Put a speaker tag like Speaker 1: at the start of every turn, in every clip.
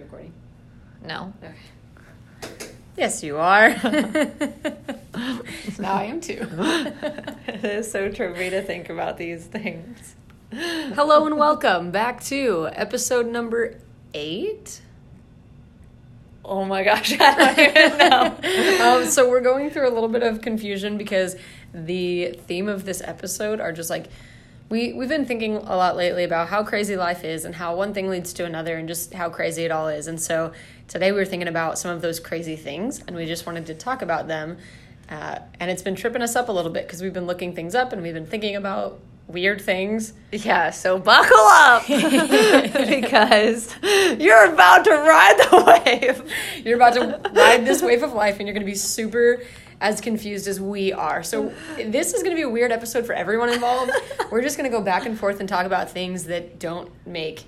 Speaker 1: recording?
Speaker 2: No.
Speaker 1: Okay.
Speaker 2: Yes, you are.
Speaker 1: Now I am too.
Speaker 2: it is so trippy to think about these things.
Speaker 1: Hello and welcome back to episode number eight.
Speaker 2: Oh my gosh, I don't even know.
Speaker 1: um, so we're going through a little bit of confusion because the theme of this episode are just like we we've been thinking a lot lately about how crazy life is and how one thing leads to another and just how crazy it all is. And so today we were thinking about some of those crazy things and we just wanted to talk about them. Uh, and it's been tripping us up a little bit because we've been looking things up and we've been thinking about weird things.
Speaker 2: yeah, so buckle up because you're about to ride the wave.
Speaker 1: You're about to ride this wave of life and you're going to be super as confused as we are. So, this is going to be a weird episode for everyone involved. We're just going to go back and forth and talk about things that don't make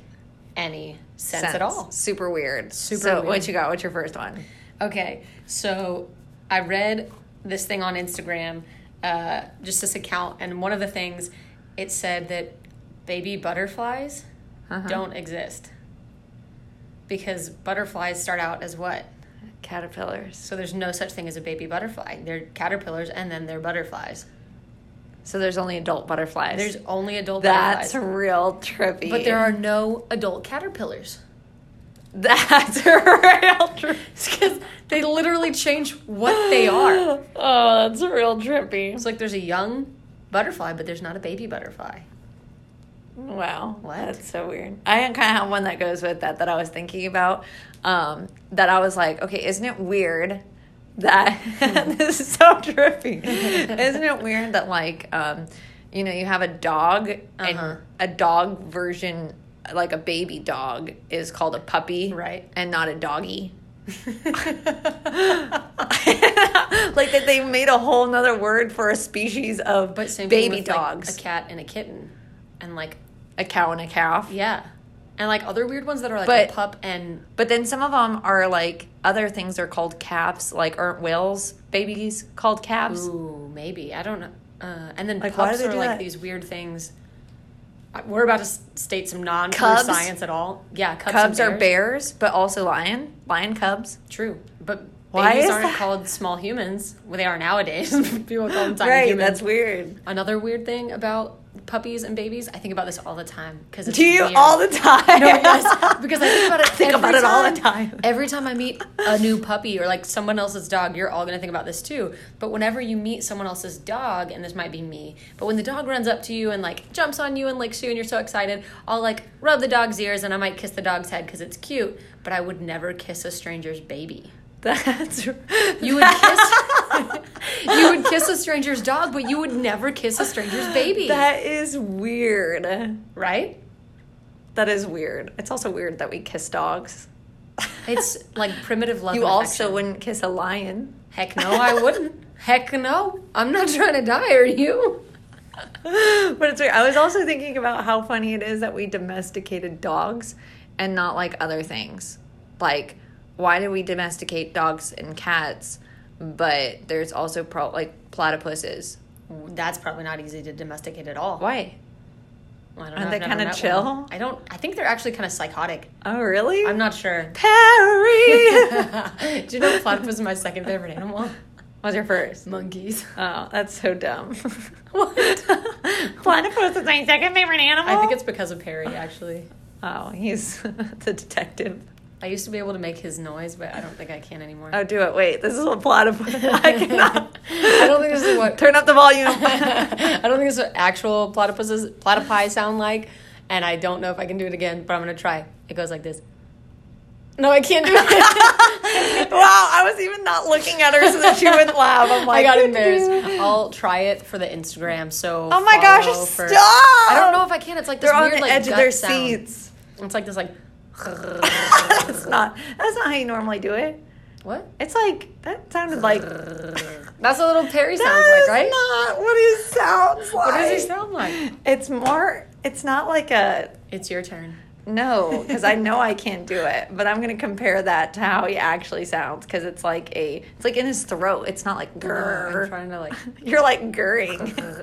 Speaker 1: any sense, at all.
Speaker 2: Super weird.
Speaker 1: Super
Speaker 2: So,
Speaker 1: weird.
Speaker 2: what you got? What's your first one?
Speaker 1: Okay, so I read this thing on Instagram, uh, just this account, and one of the things it said that baby butterflies
Speaker 2: Uh-huh.
Speaker 1: don't exist. Because butterflies start out as what?
Speaker 2: Caterpillars.
Speaker 1: So there's no such thing as a baby butterfly. They're caterpillars and then they're butterflies.
Speaker 2: So, there's only adult butterflies.
Speaker 1: There's only adult
Speaker 2: That's
Speaker 1: butterflies.
Speaker 2: real trippy.
Speaker 1: But there are no adult caterpillars.
Speaker 2: That's real trippy.
Speaker 1: Because they literally change what they are.
Speaker 2: Oh, that's real trippy.
Speaker 1: It's like there's a young butterfly, but there's not a baby butterfly.
Speaker 2: Wow.
Speaker 1: What?
Speaker 2: That's so weird. I kind of have one that goes with that that I was thinking about. Um, that I was like, okay, isn't it weird that
Speaker 1: Hmm.
Speaker 2: this is so trippy? isn't it weird that like, um, you know, you have a dog
Speaker 1: Uh-huh.
Speaker 2: and a dog version, like a baby dog, is called a puppy,
Speaker 1: Right.
Speaker 2: and not a doggy. like that they made a whole nother word for a species of
Speaker 1: But same thing
Speaker 2: baby
Speaker 1: with, like,
Speaker 2: dogs
Speaker 1: a cat and a kitten. And like,
Speaker 2: a cow and a calf.
Speaker 1: yeah. And like other weird ones that are like
Speaker 2: But-
Speaker 1: a pup and
Speaker 2: But then some of them are like other things are called calves, like aren't whales babies called calves?
Speaker 1: Ooh, maybe I don't know. Uh, and then
Speaker 2: Like, why do
Speaker 1: pups
Speaker 2: they
Speaker 1: are
Speaker 2: do
Speaker 1: like
Speaker 2: that?
Speaker 1: these weird things. I- We're about to s- state some non
Speaker 2: Cubs?
Speaker 1: science at all. Yeah, cubs,
Speaker 2: Cubs
Speaker 1: and
Speaker 2: are bears, but also lion, lion cubs.
Speaker 1: True, but
Speaker 2: Why
Speaker 1: babies
Speaker 2: is
Speaker 1: aren't
Speaker 2: that?
Speaker 1: called small humans. Well, they are nowadays. People call them tiny humans.
Speaker 2: that's weird.
Speaker 1: Another weird thing about puppies and babies, I think about this all the time because
Speaker 2: Do you all the time?
Speaker 1: No, yes, because I think about it.
Speaker 2: think
Speaker 1: every
Speaker 2: about it all the time.
Speaker 1: Every time I meet a new puppy or like someone else's dog, you're all gonna think about this too. But whenever you meet someone else's dog, and this might be me, but when the dog runs up to you and like jumps on you and licks you, and you're so excited, I'll like rub the dog's ears and I might kiss the dog's head because it's cute. But I would never kiss a stranger's baby.
Speaker 2: That's
Speaker 1: You would kiss. you would kiss a stranger's dog, but you would never kiss a stranger's baby,
Speaker 2: That is weird.
Speaker 1: right?
Speaker 2: That is weird. It's also weird that we kiss dogs.
Speaker 1: It's like primitive love.
Speaker 2: you
Speaker 1: and
Speaker 2: also
Speaker 1: affection.
Speaker 2: wouldn't kiss a lion.
Speaker 1: Heck no, I wouldn't. Heck no. I'm not trying to die, are you?
Speaker 2: but it's weird. I was also thinking about how funny it is that we domesticated dogs and not like other things. Like, why do we domesticate dogs and cats? But there's also pro- like platypuses.
Speaker 1: That's probably not easy to domesticate at all.
Speaker 2: Why?
Speaker 1: I don't know,
Speaker 2: Aren't
Speaker 1: I've
Speaker 2: they
Speaker 1: never
Speaker 2: kinda
Speaker 1: met
Speaker 2: chill?
Speaker 1: one. I don't. I think they're actually kind of psychotic.
Speaker 2: Oh, really?
Speaker 1: I'm not sure.
Speaker 2: Perry.
Speaker 1: Do you know platypus is my second favorite animal?
Speaker 2: What's your first?
Speaker 1: Monkeys.
Speaker 2: Oh, that's so dumb.
Speaker 1: What?
Speaker 2: Platypus is my second favorite animal.
Speaker 1: I think it's because of Perry. Actually,
Speaker 2: Oh, he's the detective.
Speaker 1: I used to be able to make his noise, but I don't think I can anymore.
Speaker 2: Oh, do it. Wait, this is a platypus. I cannot.
Speaker 1: I don't think this is what-
Speaker 2: Turn up the volume.
Speaker 1: I don't think it's what actual platypuses platypi sound like, and I don't know if I can do it again, but I'm gonna try. It goes like this. No, I can't do it.
Speaker 2: wow, I was even not looking at her so that she wouldn't laugh. I'm
Speaker 1: I
Speaker 2: like,
Speaker 1: got embarrassed. I'll try it for the Instagram. So
Speaker 2: Oh my gosh,
Speaker 1: follow
Speaker 2: stop!
Speaker 1: I don't know if I can. It's like this
Speaker 2: They're on
Speaker 1: weird
Speaker 2: the
Speaker 1: like
Speaker 2: edge of
Speaker 1: gut
Speaker 2: their
Speaker 1: sound.
Speaker 2: seats.
Speaker 1: It's like this like
Speaker 2: that's not. That's not how you normally do it.
Speaker 1: what?
Speaker 2: It's like that sounded like.
Speaker 1: That's a little Perry sounds
Speaker 2: That
Speaker 1: like
Speaker 2: is
Speaker 1: right.
Speaker 2: not what it sounds like.
Speaker 1: what does he sound like?
Speaker 2: It's more. It's not like a.
Speaker 1: It's your turn.
Speaker 2: No, because I know I can't do it. But I'm gonna compare that to how he actually sounds because it's like a, it's like in his throat. It's not like
Speaker 1: I'm
Speaker 2: grr.
Speaker 1: trying to like.
Speaker 2: You're like gurring.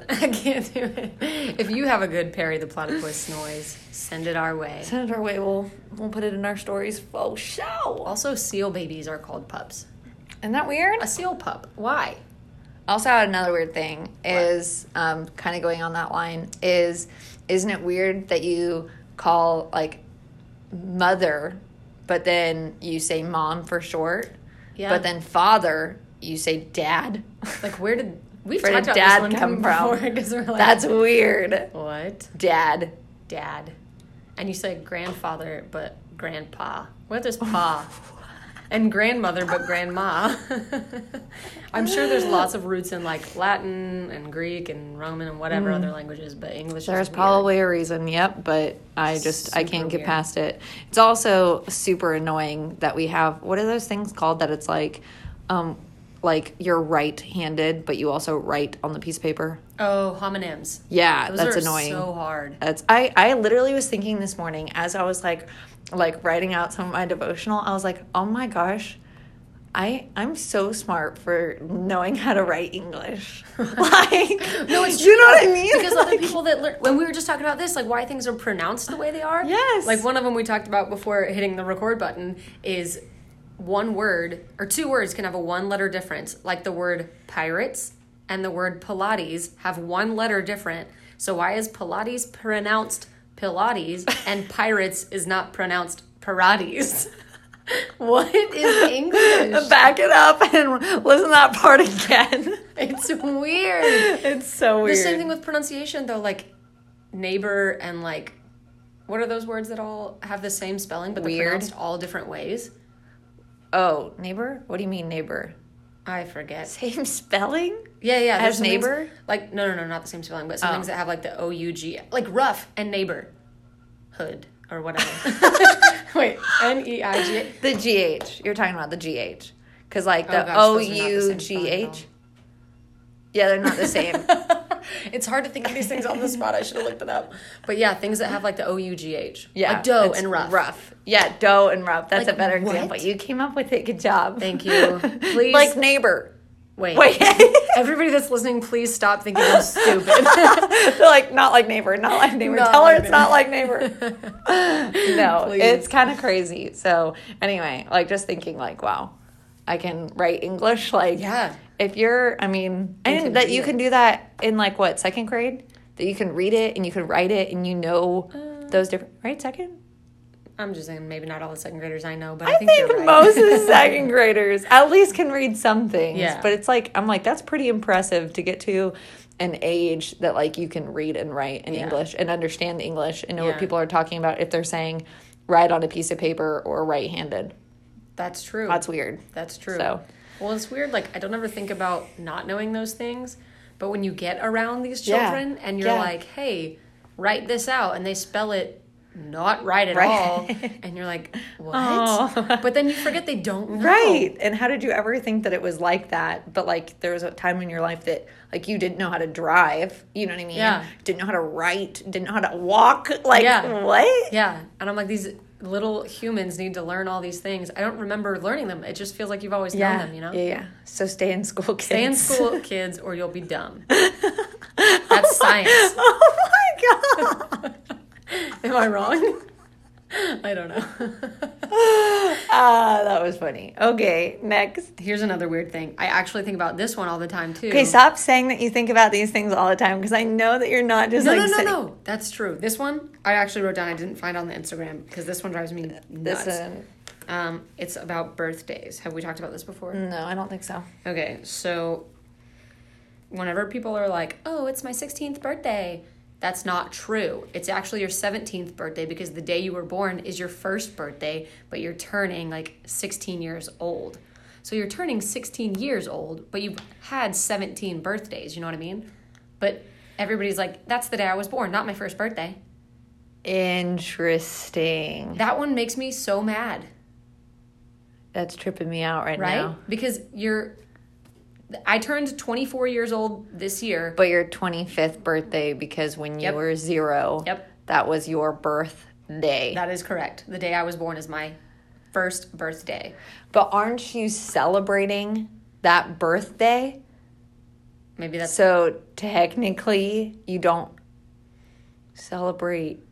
Speaker 1: I can't do it. If you have a good Perry the Platypus noise, send it our way.
Speaker 2: Send it our way. We'll we'll put it in our stories. Oh, show.
Speaker 1: Also, seal babies are called pups.
Speaker 2: Isn't that weird?
Speaker 1: A seal pup. Why?
Speaker 2: Also, had another weird thing is um, kind of going on that line is isn't it weird that you call like mother, but then you say mom for short,
Speaker 1: Yeah.
Speaker 2: but then father you say dad.
Speaker 1: Like, where did we've
Speaker 2: Where
Speaker 1: talked
Speaker 2: did
Speaker 1: about
Speaker 2: dad
Speaker 1: this one
Speaker 2: come from?
Speaker 1: Because we're like,
Speaker 2: That's weird,
Speaker 1: what,
Speaker 2: dad.
Speaker 1: dad? And you said grandfather, but grandpa. What is pa? and grandmother, but grandma. I'm sure there's lots of roots in like Latin and Greek and Roman and whatever other languages, but English. is
Speaker 2: Mm. There's
Speaker 1: weird.
Speaker 2: probably a reason, yep, but I just I
Speaker 1: Super
Speaker 2: can't get
Speaker 1: weird.
Speaker 2: past it. It's also super annoying that we have what are those things called that it's like um like you're right-handed but you also write on the piece of paper.
Speaker 1: Oh, homonyms.
Speaker 2: Yeah,
Speaker 1: Those
Speaker 2: that's
Speaker 1: are
Speaker 2: annoying.
Speaker 1: so hard.
Speaker 2: That's I I literally was thinking this morning as I was like like writing out some of my devotional, I was like, "Oh my gosh, I I'm so smart for knowing how to write English." like
Speaker 1: No, it's
Speaker 2: you know what
Speaker 1: true,
Speaker 2: I mean?
Speaker 1: Because other people that learn, when we were just talking about this, like why things are pronounced the way they are.
Speaker 2: Yes.
Speaker 1: Like one of them we talked about before hitting the record button is one word or two words can have a one letter difference. Like the word pirates and the word Pilates have one letter different. So why is Pilates pronounced Pilates and pirates is not pronounced Pirates? what is English?
Speaker 2: back it up and listen to that part again.
Speaker 1: It's weird.
Speaker 2: It's so
Speaker 1: The
Speaker 2: weird.
Speaker 1: same thing with pronunciation, though, like neighbor and like, what are those words that all have the same spelling but
Speaker 2: Weird.
Speaker 1: they're pronounced all different ways?
Speaker 2: oh, neighbor? What do you mean neighbor?
Speaker 1: I forget.
Speaker 2: Same spelling?
Speaker 1: Yeah, yeah. there's
Speaker 2: As
Speaker 1: some things-
Speaker 2: neighbor?
Speaker 1: like no, no, no, not the same spelling, but some
Speaker 2: Oh.
Speaker 1: things that have like the O U G, like rough and neighbor, hood or whatever. Wait, N E I G.
Speaker 2: The GH. You're talking about the GH. Because like the
Speaker 1: Oh, gosh,
Speaker 2: O
Speaker 1: those are not the
Speaker 2: U
Speaker 1: same
Speaker 2: G
Speaker 1: spelling at all.
Speaker 2: H. Yeah, they're not the same.
Speaker 1: It's hard to think of these things on the spot. I should have looked it up. But yeah, things that have like the O U G H.
Speaker 2: Yeah.
Speaker 1: like dough
Speaker 2: it's
Speaker 1: and rough.
Speaker 2: Rough. Yeah, dough and rough. That's
Speaker 1: Like,
Speaker 2: a better
Speaker 1: what?
Speaker 2: example. You came up with it. Good job.
Speaker 1: Thank you. Please,
Speaker 2: Like neighbor.
Speaker 1: wait.
Speaker 2: Wait.
Speaker 1: Everybody that's listening, please stop thinking I'm stupid.
Speaker 2: They're like not like neighbor, not like neighbor.
Speaker 1: Not
Speaker 2: Tell her
Speaker 1: like
Speaker 2: it's not like neighbor. no,
Speaker 1: Please.
Speaker 2: it's kind of crazy. So anyway, like just thinking like, wow, I can write English. Like,
Speaker 1: Yeah.
Speaker 2: If you're, I mean, I
Speaker 1: can
Speaker 2: didn't that
Speaker 1: read
Speaker 2: you
Speaker 1: it.
Speaker 2: can do that in like what second grade that you can read it and you can write it and you know
Speaker 1: Uh,
Speaker 2: those different right second.
Speaker 1: I'm just saying, maybe not all the second graders I know, but I,
Speaker 2: I
Speaker 1: think,
Speaker 2: think,
Speaker 1: you're right.
Speaker 2: most of the second graders at least can read some things.
Speaker 1: Yeah.
Speaker 2: But it's like I'm like, that's pretty impressive to get to an age that like you can read and write in
Speaker 1: Yeah.
Speaker 2: English and understand English and know
Speaker 1: Yeah.
Speaker 2: what people are talking about if they're saying write on a piece of paper or right handed.
Speaker 1: That's true.
Speaker 2: That's weird.
Speaker 1: That's true.
Speaker 2: So.
Speaker 1: Well, it's weird. Like I don't ever think about not knowing those things, but when you get around these
Speaker 2: Yeah.
Speaker 1: children and you're
Speaker 2: Yeah.
Speaker 1: like, "Hey, write this out," and they spell it not right at
Speaker 2: Right.
Speaker 1: all, and you're like, "What?"
Speaker 2: Oh.
Speaker 1: But then you forget they don't know.
Speaker 2: Right. And how did you ever think that it was like that? But like there was a time in your life that like you didn't know how to drive. You know what I mean?
Speaker 1: Yeah.
Speaker 2: Didn't know how to write, didn't know how to walk. Like
Speaker 1: Yeah.
Speaker 2: what?
Speaker 1: Yeah, and I'm like these little humans need to learn all these things. I don't remember learning them. It just feels like you've always known them, you know?
Speaker 2: Yeah, yeah. So stay in school, kids.
Speaker 1: Stay in school, kids, or you'll be dumb. That's science.
Speaker 2: Oh my god.
Speaker 1: Am I wrong? I don't know.
Speaker 2: Ah, that was funny. Okay, next.
Speaker 1: Here's another weird thing. I actually think about this one all the time too.
Speaker 2: Okay, stop saying that you think about these things all the time because I know that you're not just
Speaker 1: no,
Speaker 2: like
Speaker 1: no, no,
Speaker 2: sitting-
Speaker 1: no. That's true. This one I actually wrote down. I didn't find on the Instagram because this one drives me nuts.
Speaker 2: This uh, is,
Speaker 1: um, it's about birthdays. Have we talked about this before?
Speaker 2: no, I don't think so.
Speaker 1: Okay, so whenever people are like, "Oh, it's my 16th birthday," that's not true. It's actually your 17th birthday because the day you were born is your first birthday, but you're turning like 16 years old. So you're turning 16 years old, but you've had 17 birthdays, you know what I mean? But everybody's like, "That's the day I was born, not my first birthday."
Speaker 2: Interesting.
Speaker 1: That one makes me so mad.
Speaker 2: That's tripping me out right,
Speaker 1: right?
Speaker 2: now.
Speaker 1: Because you're I turned 24 years old this year.
Speaker 2: But your 25th birthday because when you
Speaker 1: Yep.
Speaker 2: were zero,
Speaker 1: Yep.
Speaker 2: that was your birth day.
Speaker 1: That is correct. The day I was born is my first birthday.
Speaker 2: But aren't you celebrating that birthday?
Speaker 1: Maybe that's
Speaker 2: So technically, you don't celebrate.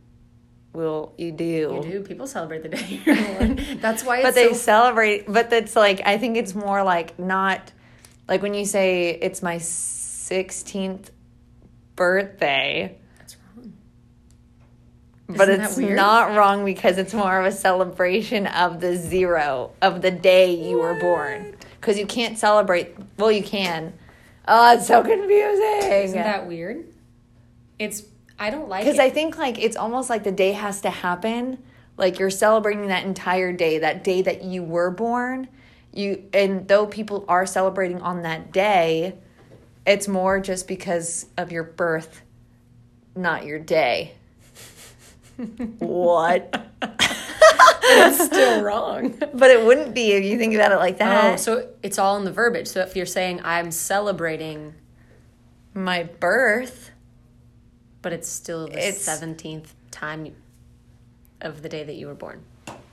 Speaker 2: Well, you do.
Speaker 1: you do. People celebrate the day you're born. That's why it's
Speaker 2: But they
Speaker 1: so
Speaker 2: celebrate. But that's like I think it's more like not like when you say it's my sixteenth birthday.
Speaker 1: That's wrong.
Speaker 2: But
Speaker 1: Isn't that
Speaker 2: it's
Speaker 1: weird?
Speaker 2: not wrong because it's more of a celebration of the zero of the day you were born. Because you can't celebrate. Well, you can. Oh, it's so confusing.
Speaker 1: Isn't that weird? It's I don't like
Speaker 2: Because
Speaker 1: it.
Speaker 2: I think like it's almost like the day has to happen. Like you're celebrating that entire day, that day that you were born. You and though people are celebrating on that day, it's more just because of your birth, not your day. what?
Speaker 1: it's still wrong.
Speaker 2: But it wouldn't be if you think about it like that.
Speaker 1: Oh, so it's all in the verbiage. So if you're saying I'm celebrating,
Speaker 2: My birth.
Speaker 1: but it's still the
Speaker 2: It's-
Speaker 1: seventeenth time of the day that you were born.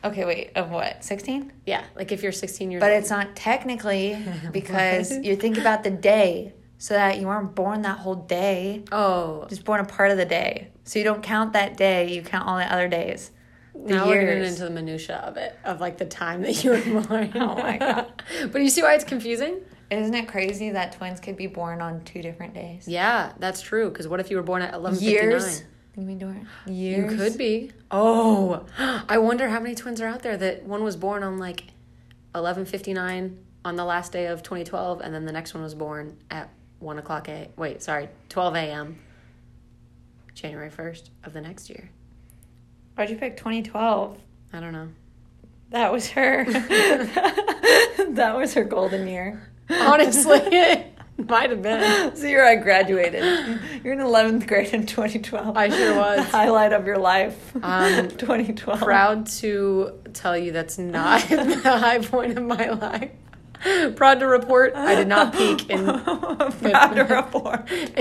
Speaker 2: Okay, wait. Of what? Sixteen.
Speaker 1: Yeah, like if you're 16 years
Speaker 2: But
Speaker 1: old.
Speaker 2: it's not technically because you think about the day so that you weren't born that whole day.
Speaker 1: Oh,
Speaker 2: Just born a part of the day. So you don't count that day, you count all the other days. The
Speaker 1: now we're getting
Speaker 2: years.
Speaker 1: into the minutia of it, of like the time that you were born.
Speaker 2: Oh my God.
Speaker 1: but you see why it's confusing?
Speaker 2: Isn't it crazy that twins could be born on two different days?
Speaker 1: Yeah, that's true. Because what if you were born at 11:59?
Speaker 2: Years. You mean dorm?
Speaker 1: You
Speaker 2: Years.
Speaker 1: could be. Oh, I wonder how many twins are out there that one was born on like 11:59 on the last day of 2012, and then the next one was born at one o'clock a. Wait, sorry, 12 a.m. January 1st of the next year.
Speaker 2: Why'd you pick 2012?
Speaker 1: I don't know.
Speaker 2: That was her. that was her golden year.
Speaker 1: Honestly, it might have been.
Speaker 2: So you're I graduated. You're in 11th grade in 2012.
Speaker 1: I sure was.
Speaker 2: The highlight of your life.
Speaker 1: Um,
Speaker 2: 2012.
Speaker 1: Proud to tell you that's not the high point of my life. Proud to report I did not peak in
Speaker 2: Proud to report
Speaker 1: in-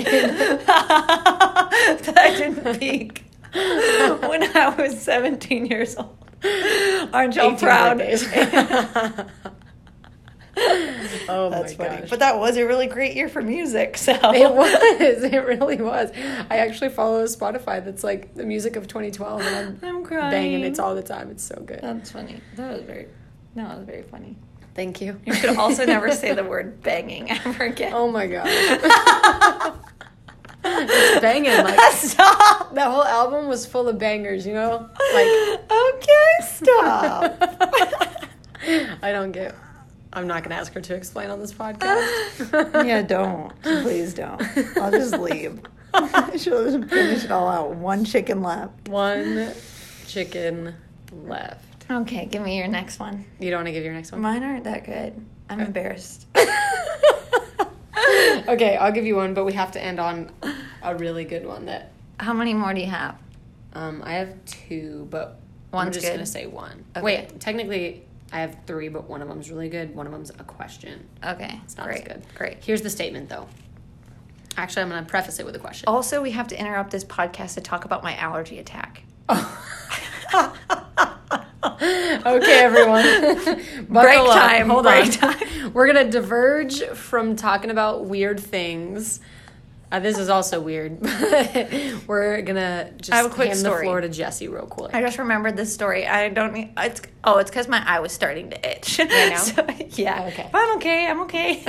Speaker 2: that I didn't peak when I was 17 years old. Aren't y'all
Speaker 1: 18
Speaker 2: proud?
Speaker 1: birthdays. oh
Speaker 2: That's
Speaker 1: my
Speaker 2: funny.
Speaker 1: gosh.
Speaker 2: But that was a really great year for music. So
Speaker 1: it was. It really was. I actually follow Spotify that's like the music of 2012 and
Speaker 2: I'm
Speaker 1: I'm
Speaker 2: crying.
Speaker 1: banging it's all the time. It's so good.
Speaker 2: That's funny. That was very. No, that was very funny.
Speaker 1: Thank you.
Speaker 2: You should also never say the word banging ever again.
Speaker 1: Oh my gosh. it's banging like
Speaker 2: Stop.
Speaker 1: that whole album was full of bangers, you know? Like
Speaker 2: okay, stop.
Speaker 1: I don't get I'm not gonna ask her to explain on this podcast.
Speaker 2: yeah, don't. Please don't. I'll just leave. She'll just finish it all out. One chicken left.
Speaker 1: One chicken left.
Speaker 2: Okay, give me your next one.
Speaker 1: You don't want to give your next one?
Speaker 2: Mine aren't that good. I'm embarrassed.
Speaker 1: okay, I'll give you one, but we have to end on a really good one that
Speaker 2: How many more do you have?
Speaker 1: um, I have two, but I'm
Speaker 2: One's
Speaker 1: just
Speaker 2: good.
Speaker 1: gonna say one.
Speaker 2: Okay.
Speaker 1: Wait, technically I have three, but one of them's really good. One of them's a question.
Speaker 2: Okay,
Speaker 1: It's not
Speaker 2: great.
Speaker 1: as good.
Speaker 2: Great.
Speaker 1: Here's the statement though. Actually, I'm gonna preface it with a question.
Speaker 2: Also, we have to interrupt this podcast to talk about my allergy attack.
Speaker 1: okay, everyone.
Speaker 2: break
Speaker 1: Buckle up.
Speaker 2: time.
Speaker 1: Hold
Speaker 2: break
Speaker 1: on.
Speaker 2: time.
Speaker 1: We're gonna diverge from talking about weird things. Uh, this is also weird. We're gonna just
Speaker 2: I have a quick
Speaker 1: hand the
Speaker 2: story.
Speaker 1: floor to Jesse real quick.
Speaker 2: I just remembered this story. I don't. need- It's oh, it's because my eye was starting to itch.
Speaker 1: now?
Speaker 2: So, yeah.
Speaker 1: Oh, Okay.
Speaker 2: But I'm okay. I'm okay.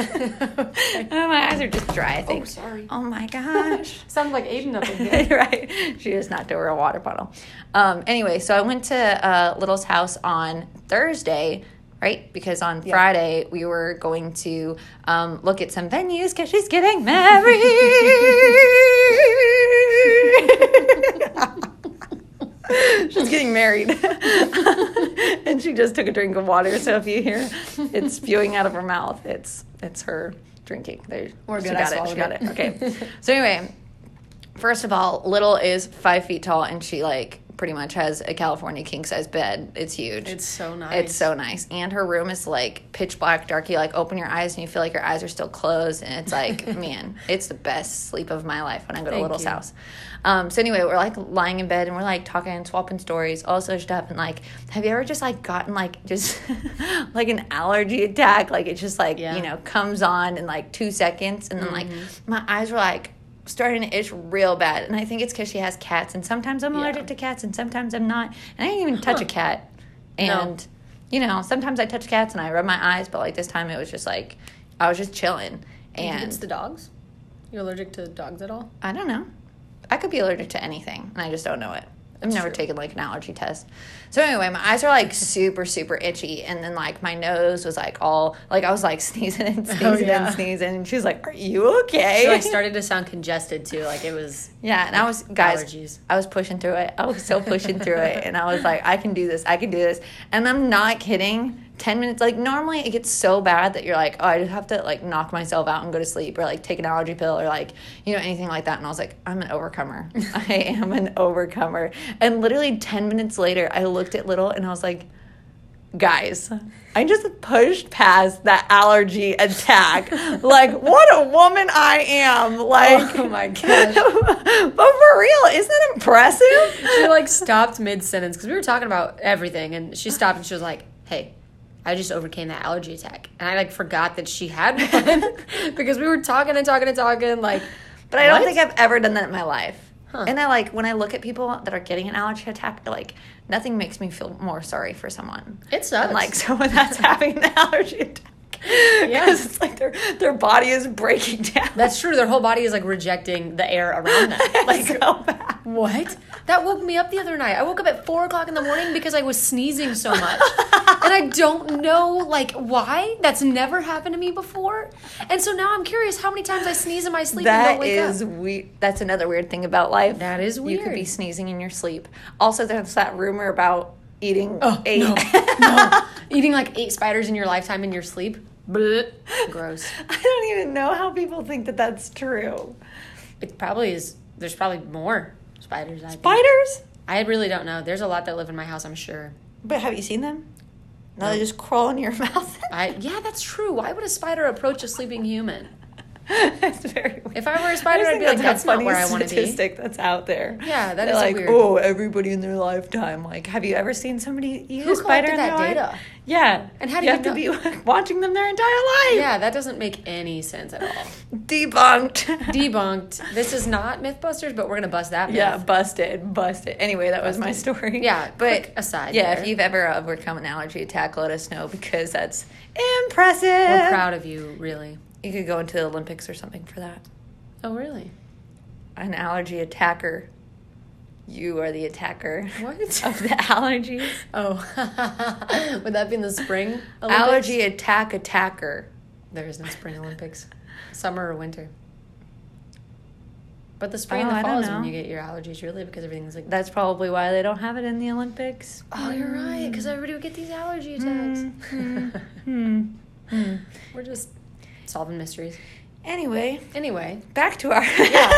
Speaker 2: Oh, my eyes are just dry. I think.
Speaker 1: sorry.
Speaker 2: Oh my gosh.
Speaker 1: Sounds like Aiden up in here.
Speaker 2: right. She just knocked over a water bottle. Um, anyway, so I went to uh, Little's house on Thursday, right? Because on Friday we were going to um, look at some venues because she's getting married. She's getting married. and she just took a drink of water. So if you hear it spewing out of her mouth, it's it's her drinking. There,
Speaker 1: We're
Speaker 2: she
Speaker 1: good. I
Speaker 2: got it. She
Speaker 1: swallowed
Speaker 2: got
Speaker 1: it.
Speaker 2: it. Okay. so anyway, first of all, Little is five feet tall and she like pretty much has a California king size bed. It's huge.
Speaker 1: It's so nice.
Speaker 2: It's so nice. And her room is like pitch black, dark. You like open your eyes and you feel like your eyes are still closed. And it's like, man, it's the best sleep of my life when I go to
Speaker 1: Thank
Speaker 2: Little's
Speaker 1: you.
Speaker 2: house. Um, so anyway, we're like lying in bed and we're like talking and swapping stories, all sorts of stuff. And like, have you ever just like gotten like just like an allergy attack? Like it just like,
Speaker 1: Yeah.
Speaker 2: you know, comes on in like two seconds. And then like
Speaker 1: Mm-hmm.
Speaker 2: my eyes were like, Starting to itch real bad, and I think it's because she has cats. And sometimes I'm
Speaker 1: Yeah.
Speaker 2: allergic to cats, and sometimes I'm not. And I didn't even touch a cat.
Speaker 1: No.
Speaker 2: And you know, sometimes I touch cats and I rub my eyes, but like this time it was just like I was just chilling.
Speaker 1: You think it's
Speaker 2: And
Speaker 1: the dogs. You allergic to dogs at all?
Speaker 2: I don't know. I could be allergic to anything and I just don't know it. I've never
Speaker 1: true.
Speaker 2: taken like an allergy test. So anyway, my eyes are like super, super itchy and then like my nose was like all like I was like sneezing and sneezing
Speaker 1: Oh, yeah.
Speaker 2: and sneezing and she was like, Are you okay?
Speaker 1: It like started to sound congested too. Like it was
Speaker 2: Yeah, and I was guys.
Speaker 1: allergies.
Speaker 2: I was pushing through it. I was so pushing through it, and I was like, I can do this. I can do this. And I'm not kidding. Ten minutes. Like normally, it gets so bad that you're like, oh, I just have to like knock myself out and go to sleep, or like take an allergy pill, or like you know anything like that. And I was like, I'm an overcomer. I am an overcomer. And literally ten minutes later, I looked at Little, and I was like guys i just pushed past that allergy attack like what a woman i am like
Speaker 1: Oh my gosh.
Speaker 2: but for real isn't that impressive
Speaker 1: she like stopped mid sentence because we were talking about everything, and she stopped and she was like, "Hey, I just overcame that allergy attack," and I like forgot that she had one because we were talking and talking and talking. Like,
Speaker 2: but i don't
Speaker 1: What?
Speaker 2: think i've ever done that in my life and i like when i look at people that are getting an allergy attack like nothing makes me feel more sorry for someone
Speaker 1: It sucks.
Speaker 2: than, like someone that's having an allergy attack
Speaker 1: Yeah.
Speaker 2: because it's like their their body is breaking down
Speaker 1: that's true. Their whole body is like rejecting the air around them.
Speaker 2: like
Speaker 1: Like,
Speaker 2: so bad
Speaker 1: what? That woke me up the other night. I woke up at four o'clock in the morning because I was sneezing so much, and I don't know like why. That's never happened to me before, and so now I'm curious how many times I sneeze in my sleep and don't
Speaker 2: That
Speaker 1: wake up.
Speaker 2: is weird. That's another weird thing about life.
Speaker 1: That is
Speaker 2: You could be
Speaker 1: weird.
Speaker 2: sneezing in your sleep. Also, there's that rumor about eating
Speaker 1: Oh,
Speaker 2: eight.
Speaker 1: no. No. Eating like eight spiders in your lifetime in your sleep? Bleh. Gross.
Speaker 2: I don't even know how people think that that's true.
Speaker 1: It probably is. There's probably more spiders. I, think.
Speaker 2: Spiders?
Speaker 1: I really don't know. There's a lot that live in my house, I'm sure.
Speaker 2: But have you seen them? No, they
Speaker 1: No.
Speaker 2: just crawl in your mouth.
Speaker 1: I, yeah, that's true. Why would a spider approach a sleeping human?
Speaker 2: that's very weird.
Speaker 1: If I were a spider,
Speaker 2: just
Speaker 1: I'd
Speaker 2: think
Speaker 1: be like,
Speaker 2: a
Speaker 1: that's not
Speaker 2: funny
Speaker 1: where I wanna be.
Speaker 2: statistic that's out there.
Speaker 1: Yeah, that
Speaker 2: They're
Speaker 1: is a
Speaker 2: like,
Speaker 1: weird-
Speaker 2: oh, everybody in their lifetime. Like, have you ever seen somebody eat
Speaker 1: Who
Speaker 2: a spider in
Speaker 1: collected that
Speaker 2: their life?
Speaker 1: data?
Speaker 2: Yeah,
Speaker 1: And how do
Speaker 2: you
Speaker 1: you
Speaker 2: have
Speaker 1: know-
Speaker 2: to be watching them their entire life?
Speaker 1: Yeah, that doesn't make any sense at all.
Speaker 2: debunked.
Speaker 1: Debunked. This is not Mythbusters, but we're going to bust that myth.
Speaker 2: Yeah, busted, busted. Anyway, that was my story.
Speaker 1: Yeah,
Speaker 2: but
Speaker 1: quick aside
Speaker 2: Yeah,
Speaker 1: there.
Speaker 2: if you've ever uh, overcome an allergy attack, let us know because that's impressive.
Speaker 1: We're proud of you, really.
Speaker 2: You could go into the Olympics or something for that.
Speaker 1: Oh, really?
Speaker 2: An allergy attacker. You are the attacker
Speaker 1: What?
Speaker 2: of the allergies.
Speaker 1: Oh. Would that be in the spring? Olympics?
Speaker 2: Allergy attack attacker.
Speaker 1: There is no spring Olympics, summer or winter. But the spring
Speaker 2: Oh,
Speaker 1: and
Speaker 2: I
Speaker 1: the fall
Speaker 2: don't
Speaker 1: is when
Speaker 2: know.
Speaker 1: you get your allergies, really, because everything's like.
Speaker 2: That's probably why they don't have it in the Olympics.
Speaker 1: Oh, you're right,
Speaker 2: Mm.
Speaker 1: because everybody would get these allergy attacks.
Speaker 2: Hmm. Hmm.
Speaker 1: We're just solving mysteries.
Speaker 2: Anyway,
Speaker 1: Anyway,
Speaker 2: back to our
Speaker 1: yeah.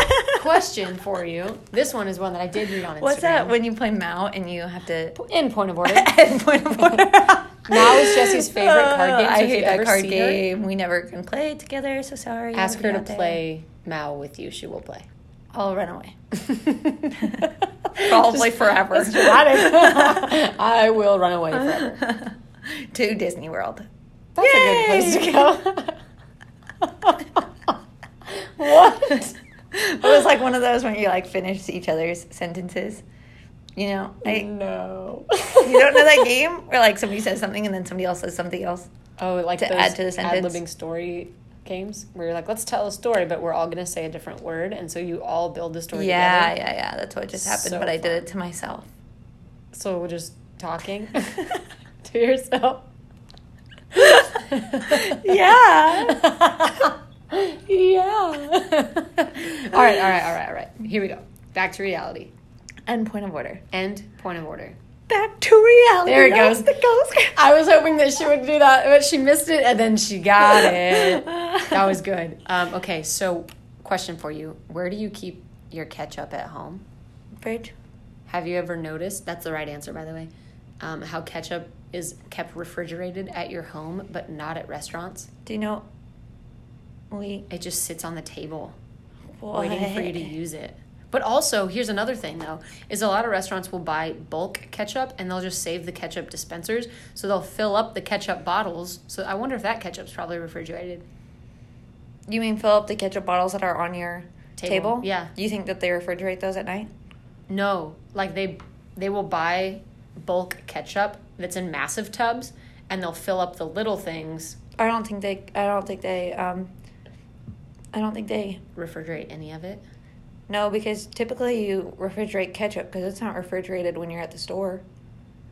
Speaker 1: question for you. This one is one that I did read on Instagram.
Speaker 2: What's that when you play Mao and you have to
Speaker 1: In point of Uh, order,
Speaker 2: Ed point of order.
Speaker 1: Mao is Jesse's favorite card game, so
Speaker 2: I
Speaker 1: if you
Speaker 2: hate that
Speaker 1: ever
Speaker 2: card
Speaker 1: see her-
Speaker 2: game. We never can play it together, so sorry.
Speaker 1: ask her
Speaker 2: everybody
Speaker 1: to
Speaker 2: out there.
Speaker 1: play Mao with you. She will play.
Speaker 2: I'll run away.
Speaker 1: Probably
Speaker 2: forever.
Speaker 1: That's dramatic. I will run away forever.
Speaker 2: to Disney World.
Speaker 1: That's
Speaker 2: Yay!
Speaker 1: a good place to go.
Speaker 2: what? It was like one of those when you like finish each other's sentences. You know, I,
Speaker 1: Mm. no.
Speaker 2: you don't know that game where like somebody says something and then somebody else says something else.
Speaker 1: Oh, like
Speaker 2: To
Speaker 1: those
Speaker 2: add to the sentence?
Speaker 1: ad-libbing story games where you're like, let's tell a story, but we're all gonna say a different word, and so you all build the story
Speaker 2: Yeah,
Speaker 1: together.
Speaker 2: yeah, yeah. That's what just happened,
Speaker 1: So
Speaker 2: but I did
Speaker 1: fun.
Speaker 2: it to myself.
Speaker 1: So we're just talking to yourself.
Speaker 2: yeah.
Speaker 1: yeah. all right, all right, all right, all right. Here we go. Back to reality.
Speaker 2: And point of order.
Speaker 1: End point of order.
Speaker 2: Back to reality.
Speaker 1: There it
Speaker 2: That
Speaker 1: goes.
Speaker 2: was The ghost.
Speaker 1: I was hoping that she would do that, but she missed it and then she got it. that was good. Um, okay, so question for you: Where do you keep your ketchup at home?
Speaker 2: Bridge.
Speaker 1: Have you ever noticed? That's the right answer, by the way. Um, how ketchup is kept refrigerated at your home, but not at restaurants.
Speaker 2: Do you know? We
Speaker 1: It just sits on the table, waiting for you to use it. But also, here's another thing though: is a lot of restaurants will buy bulk ketchup and they'll just save the ketchup dispensers, so they'll fill up the ketchup bottles. So I wonder if that ketchup's probably refrigerated.
Speaker 2: You mean fill up the ketchup bottles that are on your
Speaker 1: Table,
Speaker 2: table?
Speaker 1: yeah.
Speaker 2: You think that they refrigerate those at night?
Speaker 1: No, like they they will buy bulk ketchup that's in massive tubs and they'll fill up the little things,
Speaker 2: I don't think they. I don't think they. Um, I don't think they.
Speaker 1: refrigerate any of it.
Speaker 2: No, because typically you refrigerate ketchup because it's not refrigerated when you're at the store,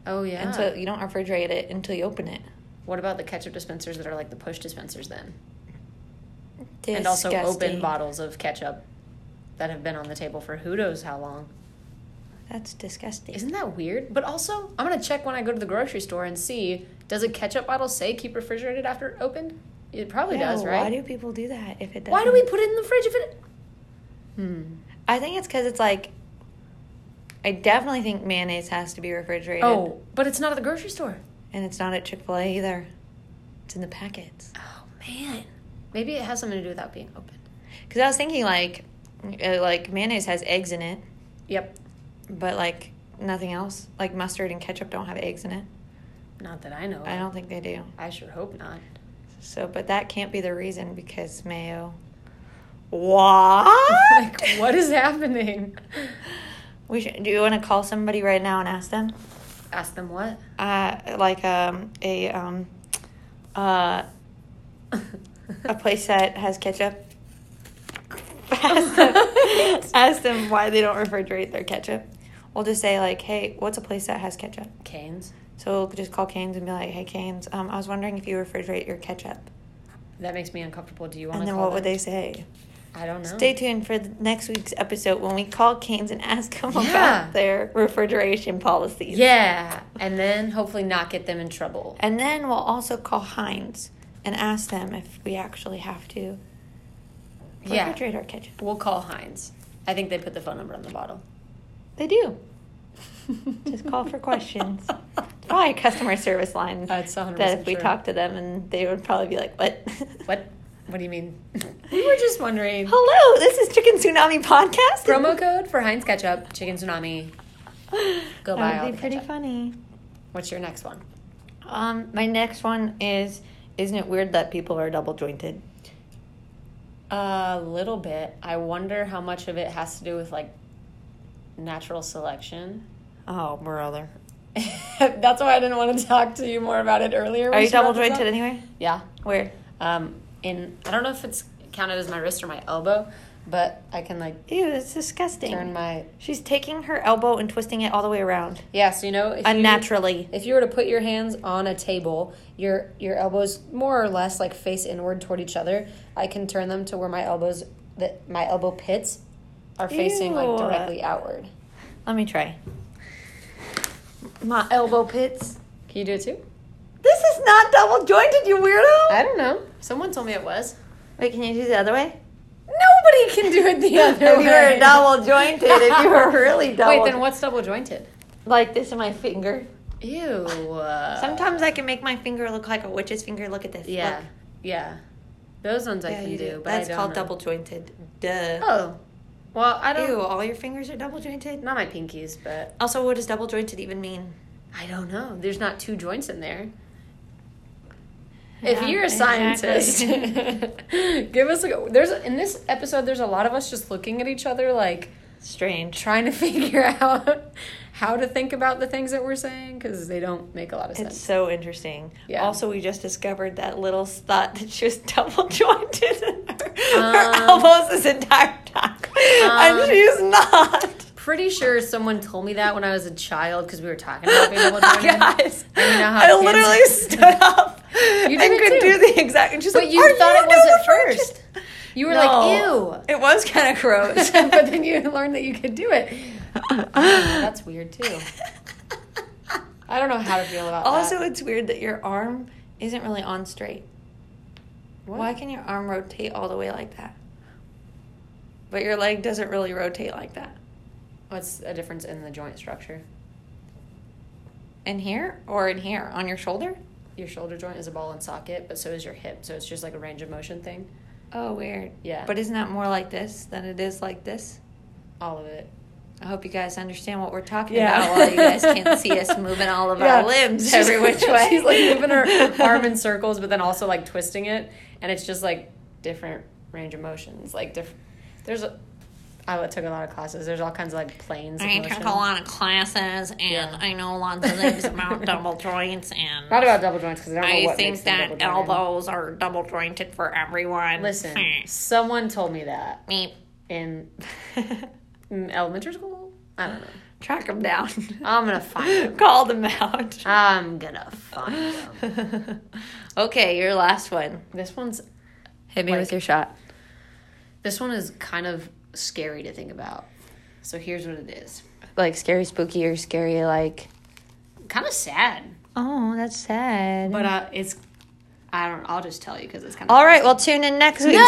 Speaker 1: Oh yeah.
Speaker 2: and so you don't refrigerate it until you open it.
Speaker 1: what about the ketchup dispensers that are like the push dispensers then?
Speaker 2: Disgusting.
Speaker 1: And also open bottles of ketchup that have been on the table for who knows how long.
Speaker 2: That's disgusting.
Speaker 1: Isn't that weird? But also, I'm gonna check when I go to the grocery store and see does a ketchup bottle say keep refrigerated after opened? It probably
Speaker 2: Yeah,
Speaker 1: does, right?
Speaker 2: Why do people do that if it doesn't?
Speaker 1: why do we put it in the fridge if it? Hmm.
Speaker 2: I think it's because it's like. I definitely think mayonnaise has to be refrigerated.
Speaker 1: Oh, but it's not at the grocery store.
Speaker 2: And it's not at Chick fil A either, it's in the packets.
Speaker 1: Oh man, maybe it has something to do without being open.
Speaker 2: Because I was thinking like, uh, like mayonnaise has eggs in it,
Speaker 1: Yep,
Speaker 2: but like nothing else. Like mustard and ketchup don't have eggs in it.
Speaker 1: not that I know. of.
Speaker 2: I don't think they do.
Speaker 1: I sure hope not.
Speaker 2: So, but that can't be the reason because mayo. What?
Speaker 1: like, what is happening?
Speaker 2: We should, do you want to call somebody right now and ask them?
Speaker 1: Ask them what.
Speaker 2: Uh, like um a um, uh, a place that has ketchup. ask, them, ask them why they don't refrigerate their ketchup. We'll just say like, hey, what's a place that has ketchup?
Speaker 1: Canes.
Speaker 2: So we'll just call Canes and be like, hey, Canes, um, I was wondering if you refrigerate your ketchup.
Speaker 1: That makes me uncomfortable. Do you want
Speaker 2: And
Speaker 1: to
Speaker 2: then
Speaker 1: call
Speaker 2: what would
Speaker 1: them?
Speaker 2: they say?
Speaker 1: I don't know.
Speaker 2: Stay tuned for the next week's episode when we call Canes and ask them
Speaker 1: Yeah.
Speaker 2: about their refrigeration policies.
Speaker 1: Yeah, and then hopefully not get them in trouble.
Speaker 2: And then we'll also call Heinz and ask them if we actually have to
Speaker 1: Yeah,
Speaker 2: refrigerate our ketchup.
Speaker 1: we'll call Heinz. I think they put the phone number on the bottle.
Speaker 2: They do. Just call for questions. It's probably a customer service line.
Speaker 1: That's 100%
Speaker 2: That if we
Speaker 1: true.
Speaker 2: talked to them and they would probably be like, what?
Speaker 1: What? What do you mean? we were just wondering.
Speaker 2: Hello, this is Chicken Tsunami Podcast.
Speaker 1: Promo code for Heinz ketchup, chicken tsunami. Go buy
Speaker 2: That
Speaker 1: all
Speaker 2: would
Speaker 1: the
Speaker 2: be pretty
Speaker 1: ketchup.
Speaker 2: funny.
Speaker 1: What's your next one?
Speaker 2: Um, my next one is Isn't it weird that people are double jointed?
Speaker 1: A little bit. I wonder how much of it has to do with like natural selection.
Speaker 2: Oh, brother.
Speaker 1: That's why I didn't want to talk to you more about it earlier.
Speaker 2: Are
Speaker 1: when
Speaker 2: you
Speaker 1: she brought
Speaker 2: double
Speaker 1: this up.
Speaker 2: jointed anyway?
Speaker 1: Yeah.
Speaker 2: Where?
Speaker 1: Um, in I don't know if it's counted as my wrist or my elbow, but I can like
Speaker 2: Ew, it's disgusting.
Speaker 1: turn my
Speaker 2: She's taking her elbow and twisting it all the way around
Speaker 1: yeah. So you know if you,
Speaker 2: unnaturally.
Speaker 1: If you were to put your hands on a table, your your elbows more or less like face inward toward each other. I can turn them to where my elbows that my elbow pits are facing like
Speaker 2: Ew.
Speaker 1: directly outward.
Speaker 2: Let me try. My elbow pits.
Speaker 1: Can you do it too?
Speaker 2: This is not double jointed, you weirdo.
Speaker 1: I don't know. Someone told me it was.
Speaker 2: Wait, can you do the other way?
Speaker 1: Nobody can do it the other
Speaker 2: if
Speaker 1: way.
Speaker 2: you were double jointed, if you were really double,
Speaker 1: Wait, then what's double jointed?
Speaker 2: like this in my finger.
Speaker 1: Ew. uh,
Speaker 2: Sometimes I can make my finger look like a witch's finger. Look at this.
Speaker 1: Yeah.
Speaker 2: Look.
Speaker 1: Yeah. Those ones I
Speaker 2: Yeah,
Speaker 1: can
Speaker 2: you
Speaker 1: do,
Speaker 2: do.
Speaker 1: but
Speaker 2: That's
Speaker 1: I don't
Speaker 2: called
Speaker 1: know.
Speaker 2: double jointed. Duh.
Speaker 1: Oh. Well, I don't.
Speaker 2: Ew, all your fingers are double jointed?
Speaker 1: Not my pinkies, but
Speaker 2: Also, what does double jointed even mean?
Speaker 1: I don't know. There's not two joints in there. If
Speaker 2: Yeah,
Speaker 1: you're a scientist, give us a. There's in this episode. There's a lot of us just looking at each other, like
Speaker 2: Strange.
Speaker 1: trying to figure out how to think about the things that we're saying because they don't make a lot of
Speaker 2: It's
Speaker 1: sense.
Speaker 2: so interesting.
Speaker 1: Yeah.
Speaker 2: Also, we just discovered that little thought that she was double jointed in her, her
Speaker 1: Um,
Speaker 2: elbows this entire time.
Speaker 1: um,
Speaker 2: and she's not.
Speaker 1: Pretty sure someone told me that when I was a child because we were talking about being able to.
Speaker 2: Guys,
Speaker 1: And you know how
Speaker 2: I
Speaker 1: kids-
Speaker 2: literally stood up
Speaker 1: You did
Speaker 2: and
Speaker 1: it
Speaker 2: could
Speaker 1: too.
Speaker 2: do the exact. And she's
Speaker 1: But
Speaker 2: like,
Speaker 1: you
Speaker 2: "Are
Speaker 1: thought it was
Speaker 2: double
Speaker 1: at first.
Speaker 2: jointed?"
Speaker 1: You were
Speaker 2: No.
Speaker 1: like, ew.
Speaker 2: It was kind of gross.
Speaker 1: but then you learned that you could do it. That's weird too. I don't know how to feel about
Speaker 2: Also,
Speaker 1: that.
Speaker 2: it's weird that your arm isn't really on straight.
Speaker 1: What?
Speaker 2: Why can your arm rotate all the way like that? But your leg doesn't really rotate like that.
Speaker 1: What's a difference in the joint structure?
Speaker 2: In here or in here? On your shoulder?
Speaker 1: Your shoulder joint is a ball and socket, but so is your hip. So it's just like a range of motion thing.
Speaker 2: Oh, weird.
Speaker 1: Yeah.
Speaker 2: But isn't that more like this than it is like this?
Speaker 1: All of it.
Speaker 2: I hope you guys understand what we're talking
Speaker 1: Yeah.
Speaker 2: about while you guys can't see us moving all of
Speaker 1: Yeah.
Speaker 2: our limbs every which way.
Speaker 1: She's like moving her arm in circles, but then also like twisting it, and it's just like different range of motions. Like different. There's a. I took a lot of classes. There's all kinds of like planes. Of
Speaker 2: I
Speaker 1: motion.
Speaker 2: took a lot of classes and
Speaker 1: Yeah.
Speaker 2: I know lots of things about double joints and
Speaker 1: Not about double joints because I don't know
Speaker 2: I
Speaker 1: what makes
Speaker 2: think
Speaker 1: them
Speaker 2: that
Speaker 1: double jointed.
Speaker 2: elbows are double jointed for everyone. Hmm.
Speaker 1: Listen, someone told me that
Speaker 2: me
Speaker 1: in in elementary school. I don't know.
Speaker 2: track them down,
Speaker 1: I'm gonna find. Them.
Speaker 2: call them out.
Speaker 1: I'm gonna find. Them.
Speaker 2: Okay, your last one.
Speaker 1: This one's
Speaker 2: Hit me
Speaker 1: Like-
Speaker 2: with your shot.
Speaker 1: this one is kind of scary to think about. So here's what it is.
Speaker 2: Like scary, spooky, or scary like.
Speaker 1: Kind of sad.
Speaker 2: Oh, that's sad.
Speaker 1: But uh, it's, I don't. I'll just tell you because it's kind of.
Speaker 2: Mm. all right, well, tune in next week.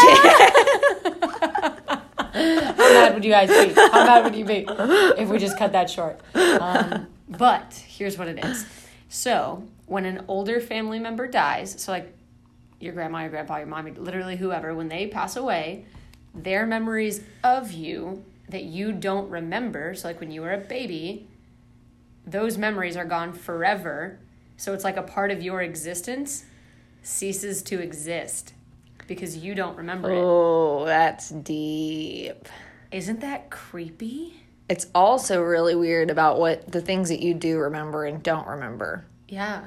Speaker 1: How mad would you guys be? How mad would you be if we just cut that short? Um, but here's what it is. So when an older family member dies, so like your grandma, your grandpa, your mommy, literally whoever, when they pass away, their memories of you that you don't remember, so like when you were a baby, those memories are gone forever. So it's like a part of your existence ceases to exist because you don't remember it.
Speaker 2: Oh, that's deep.
Speaker 1: Isn't that creepy?
Speaker 2: It's also really weird about what the things that you do remember and don't remember.
Speaker 1: Yeah.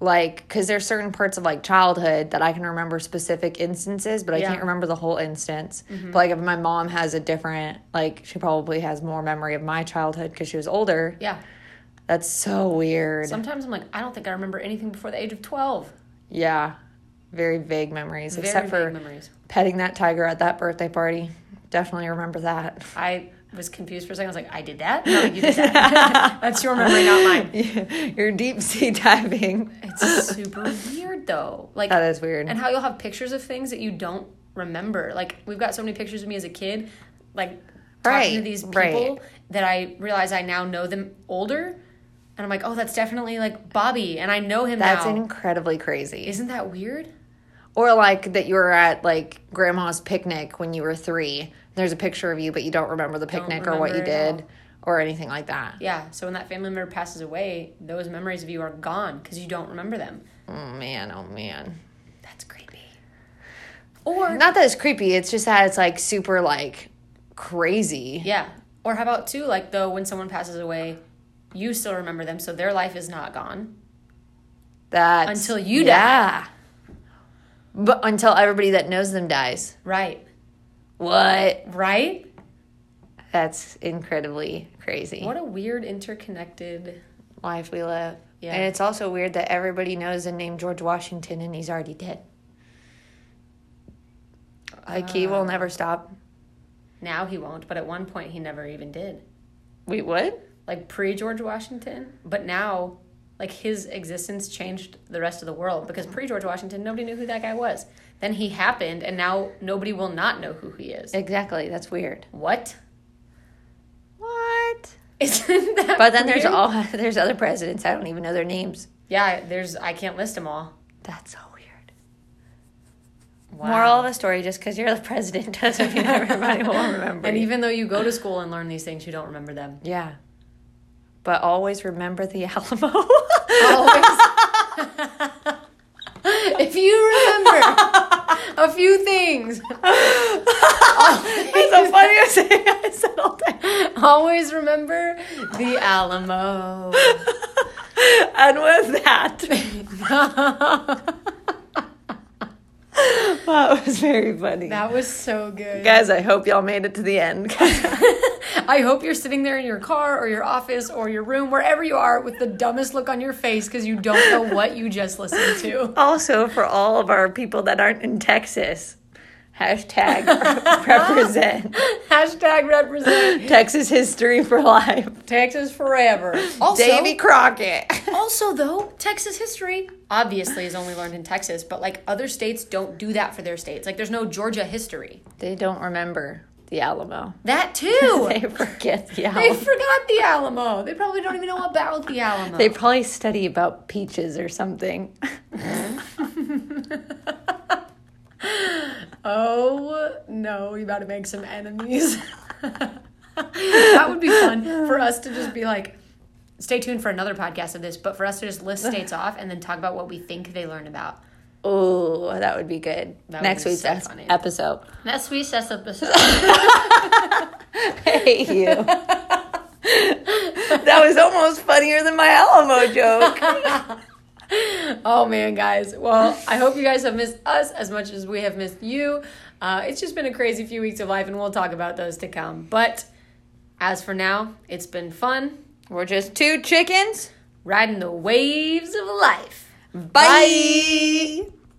Speaker 2: Like, because there's certain parts of like childhood that I can remember specific instances, but I
Speaker 1: Yeah. Mm-hmm.
Speaker 2: can't remember the whole instance. But like, if my mom has a different, like, she probably has more memory of my childhood because she was older.
Speaker 1: Yeah.
Speaker 2: That's so weird.
Speaker 1: Sometimes I'm like, I don't think I remember anything before the age of 12.
Speaker 2: yeah. Very vague memories,
Speaker 1: Very
Speaker 2: except for
Speaker 1: vague memories.
Speaker 2: petting that tiger at that birthday party. Definitely remember that.
Speaker 1: I was confused for a second. I was like, I did that? No, you did that. That's your memory, not mine.
Speaker 2: You're deep sea diving.
Speaker 1: It's super weird though. Like
Speaker 2: That is weird.
Speaker 1: And how you'll have pictures of things that you don't remember. Like we've got so many pictures of me as a kid, like talking to
Speaker 2: Right,
Speaker 1: these people
Speaker 2: right.
Speaker 1: that I realize I now know them older. And I'm like, oh, that's definitely like Bobby, and I know him
Speaker 2: That's
Speaker 1: now.
Speaker 2: incredibly crazy.
Speaker 1: Isn't that weird?
Speaker 2: Or like that you were at like grandma's picnic when you were three. There's a picture of you, but you don't remember the picnic or what you
Speaker 1: remember at all.
Speaker 2: did or anything like that.
Speaker 1: Yeah. So when that family member passes away, those memories of you are gone because you don't remember them.
Speaker 2: Oh man, oh man.
Speaker 1: That's creepy. Or
Speaker 2: Not that it's creepy. It's just that it's like super like crazy.
Speaker 1: yeah. Or how about too, like though when someone passes away, you still remember them, so their life is not gone.
Speaker 2: That
Speaker 1: Until you
Speaker 2: yeah. But until everybody that knows them dies.
Speaker 1: Right.
Speaker 2: What?
Speaker 1: Right?
Speaker 2: That's incredibly crazy.
Speaker 1: What a weird interconnected
Speaker 2: life we live.
Speaker 1: Yeah.
Speaker 2: And it's also weird that everybody knows the name George Washington and he's already dead. Like he
Speaker 1: Uh.
Speaker 2: will never stop.
Speaker 1: now he won't, but at one point he never even did.
Speaker 2: Wait, what?
Speaker 1: Like pre George Washington, but now like his existence changed the rest of the world because pre George Washington nobody knew who that guy was. Then he happened and now nobody will not know who he is.
Speaker 2: Exactly. That's weird.
Speaker 1: What?
Speaker 2: What?
Speaker 1: Isn't that
Speaker 2: But then there's
Speaker 1: weird?
Speaker 2: all there's other presidents. I don't even know their names.
Speaker 1: Yeah, there's I can't list them all.
Speaker 2: That's so weird.
Speaker 1: Wow.
Speaker 2: Moral of the story: Just because you're the president doesn't mean everybody will remember.
Speaker 1: and
Speaker 2: you.
Speaker 1: even though you go to school and learn these things, you don't remember them.
Speaker 2: yeah. But always remember the Alamo.
Speaker 1: if you remember a few things,
Speaker 2: it's the funniest thing I said all day.
Speaker 1: always remember the Alamo.
Speaker 2: And with that. That was very funny.
Speaker 1: that was so good.
Speaker 2: Guys, I hope y'all made it to the end.
Speaker 1: I hope you're sitting there in your car or your office or your room, wherever you are, with the dumbest look on your face because you don't know what you just listened to.
Speaker 2: also, for all of our people that aren't in Texas, hashtag represent
Speaker 1: Hashtag represent
Speaker 2: Texas history for life.
Speaker 1: Texas forever. Also,
Speaker 2: Davy Crockett.
Speaker 1: Also, though, Texas history obviously is only learned in Texas, but like other states don't do that for their states. Like, there's no Georgia history.
Speaker 2: They don't remember. the Alamo.
Speaker 1: That too.
Speaker 2: They forget the
Speaker 1: They
Speaker 2: Alamo.
Speaker 1: forgot the Alamo. They probably don't even know about the Alamo.
Speaker 2: They probably study about peaches or something.
Speaker 1: oh no, you about to make some enemies. that would be fun for us to just be like, stay tuned for another podcast of this, but for us to just list states off and then talk about what we think they learned about.
Speaker 2: Oh, that would be good.
Speaker 1: That would
Speaker 2: Next
Speaker 1: be
Speaker 2: week's
Speaker 1: so
Speaker 2: es-
Speaker 1: funny.
Speaker 2: episode.
Speaker 1: That's sweet. That's episode.
Speaker 2: Hey, you. that was almost funnier than my Alamo joke.
Speaker 1: Oh man, guys. Well, I hope you guys have missed us as much as we have missed you. Uh, it's just been a crazy few weeks of life, and we'll talk about those to come. But as for now, it's been fun
Speaker 2: We're just two chickens.
Speaker 1: riding the waves of life.
Speaker 2: Bye.